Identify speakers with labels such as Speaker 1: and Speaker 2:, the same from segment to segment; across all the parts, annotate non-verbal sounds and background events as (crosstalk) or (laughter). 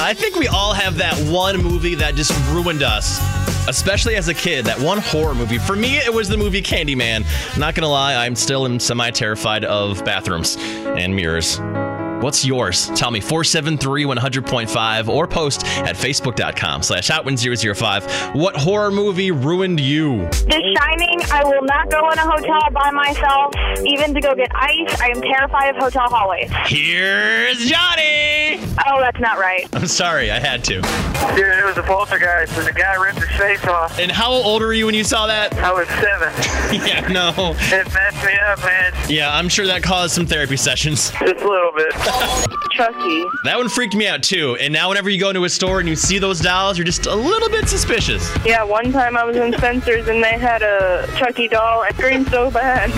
Speaker 1: I think we all have that one movie that just ruined us, especially as a kid. That one horror movie. For me, it was the movie Candyman. Not gonna lie, I'm still am semi terrified of bathrooms and mirrors. What's yours? Tell me 473 100.5 or post at facebook.com slash hotwin005. What horror movie ruined you?
Speaker 2: The Shining, I will not go in a hotel by myself, even to go get ice. I am terrified of hotel hallways.
Speaker 1: Here's Johnny!
Speaker 2: Oh, that's not right.
Speaker 1: I'm sorry, I had to.
Speaker 3: Dude, it was a poltergeist, and the guy ripped his face off.
Speaker 1: And how old were you when you saw that? (laughs)
Speaker 3: I was seven.
Speaker 1: yeah, no.
Speaker 3: It messed me up, man.
Speaker 1: Yeah, I'm sure that caused some therapy sessions.
Speaker 3: Just a little bit.
Speaker 2: Chucky.
Speaker 1: That one freaked me out too. And now, whenever you go into a store and you see those dolls, you're just a little bit suspicious.
Speaker 2: Yeah, one time I was in Spencer's and they had a Chucky doll. I screamed so bad.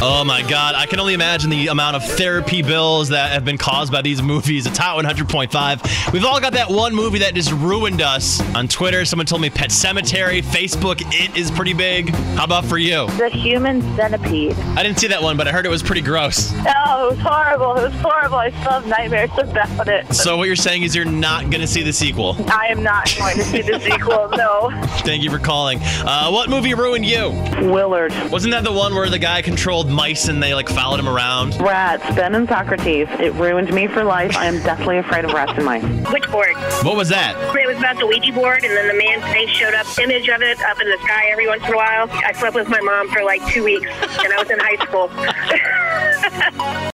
Speaker 2: (laughs)
Speaker 1: Oh my God, I can only imagine the amount of therapy bills that have been caused by these movies. It's Hot 100.5. We've all got that one movie that just ruined us. On Twitter, someone told me Pet Cemetery, Facebook, it is pretty big. How about for you?
Speaker 2: the human centipede.
Speaker 1: I didn't see that one, but I heard it was pretty gross.
Speaker 2: Oh, it was horrible. It was horrible. I still have nightmares about it.
Speaker 1: So, what you're saying is you're not going to see the sequel.
Speaker 2: I am not going to see the sequel, no.
Speaker 1: Thank you for calling. Uh, what movie ruined you?
Speaker 4: Willard,
Speaker 1: Wasn't that the one where the guy controlled mice and they like followed him around?
Speaker 4: rats, Ben and Socrates. It ruined me for life. I am deathly afraid of rats and mice.
Speaker 5: Switchboard.
Speaker 1: What was that?
Speaker 5: (laughs) It was about the Ouija board, and then the man thing showed up, image of it up in the sky every once in a while. I slept with my mom for like two weeks, and I was in high school.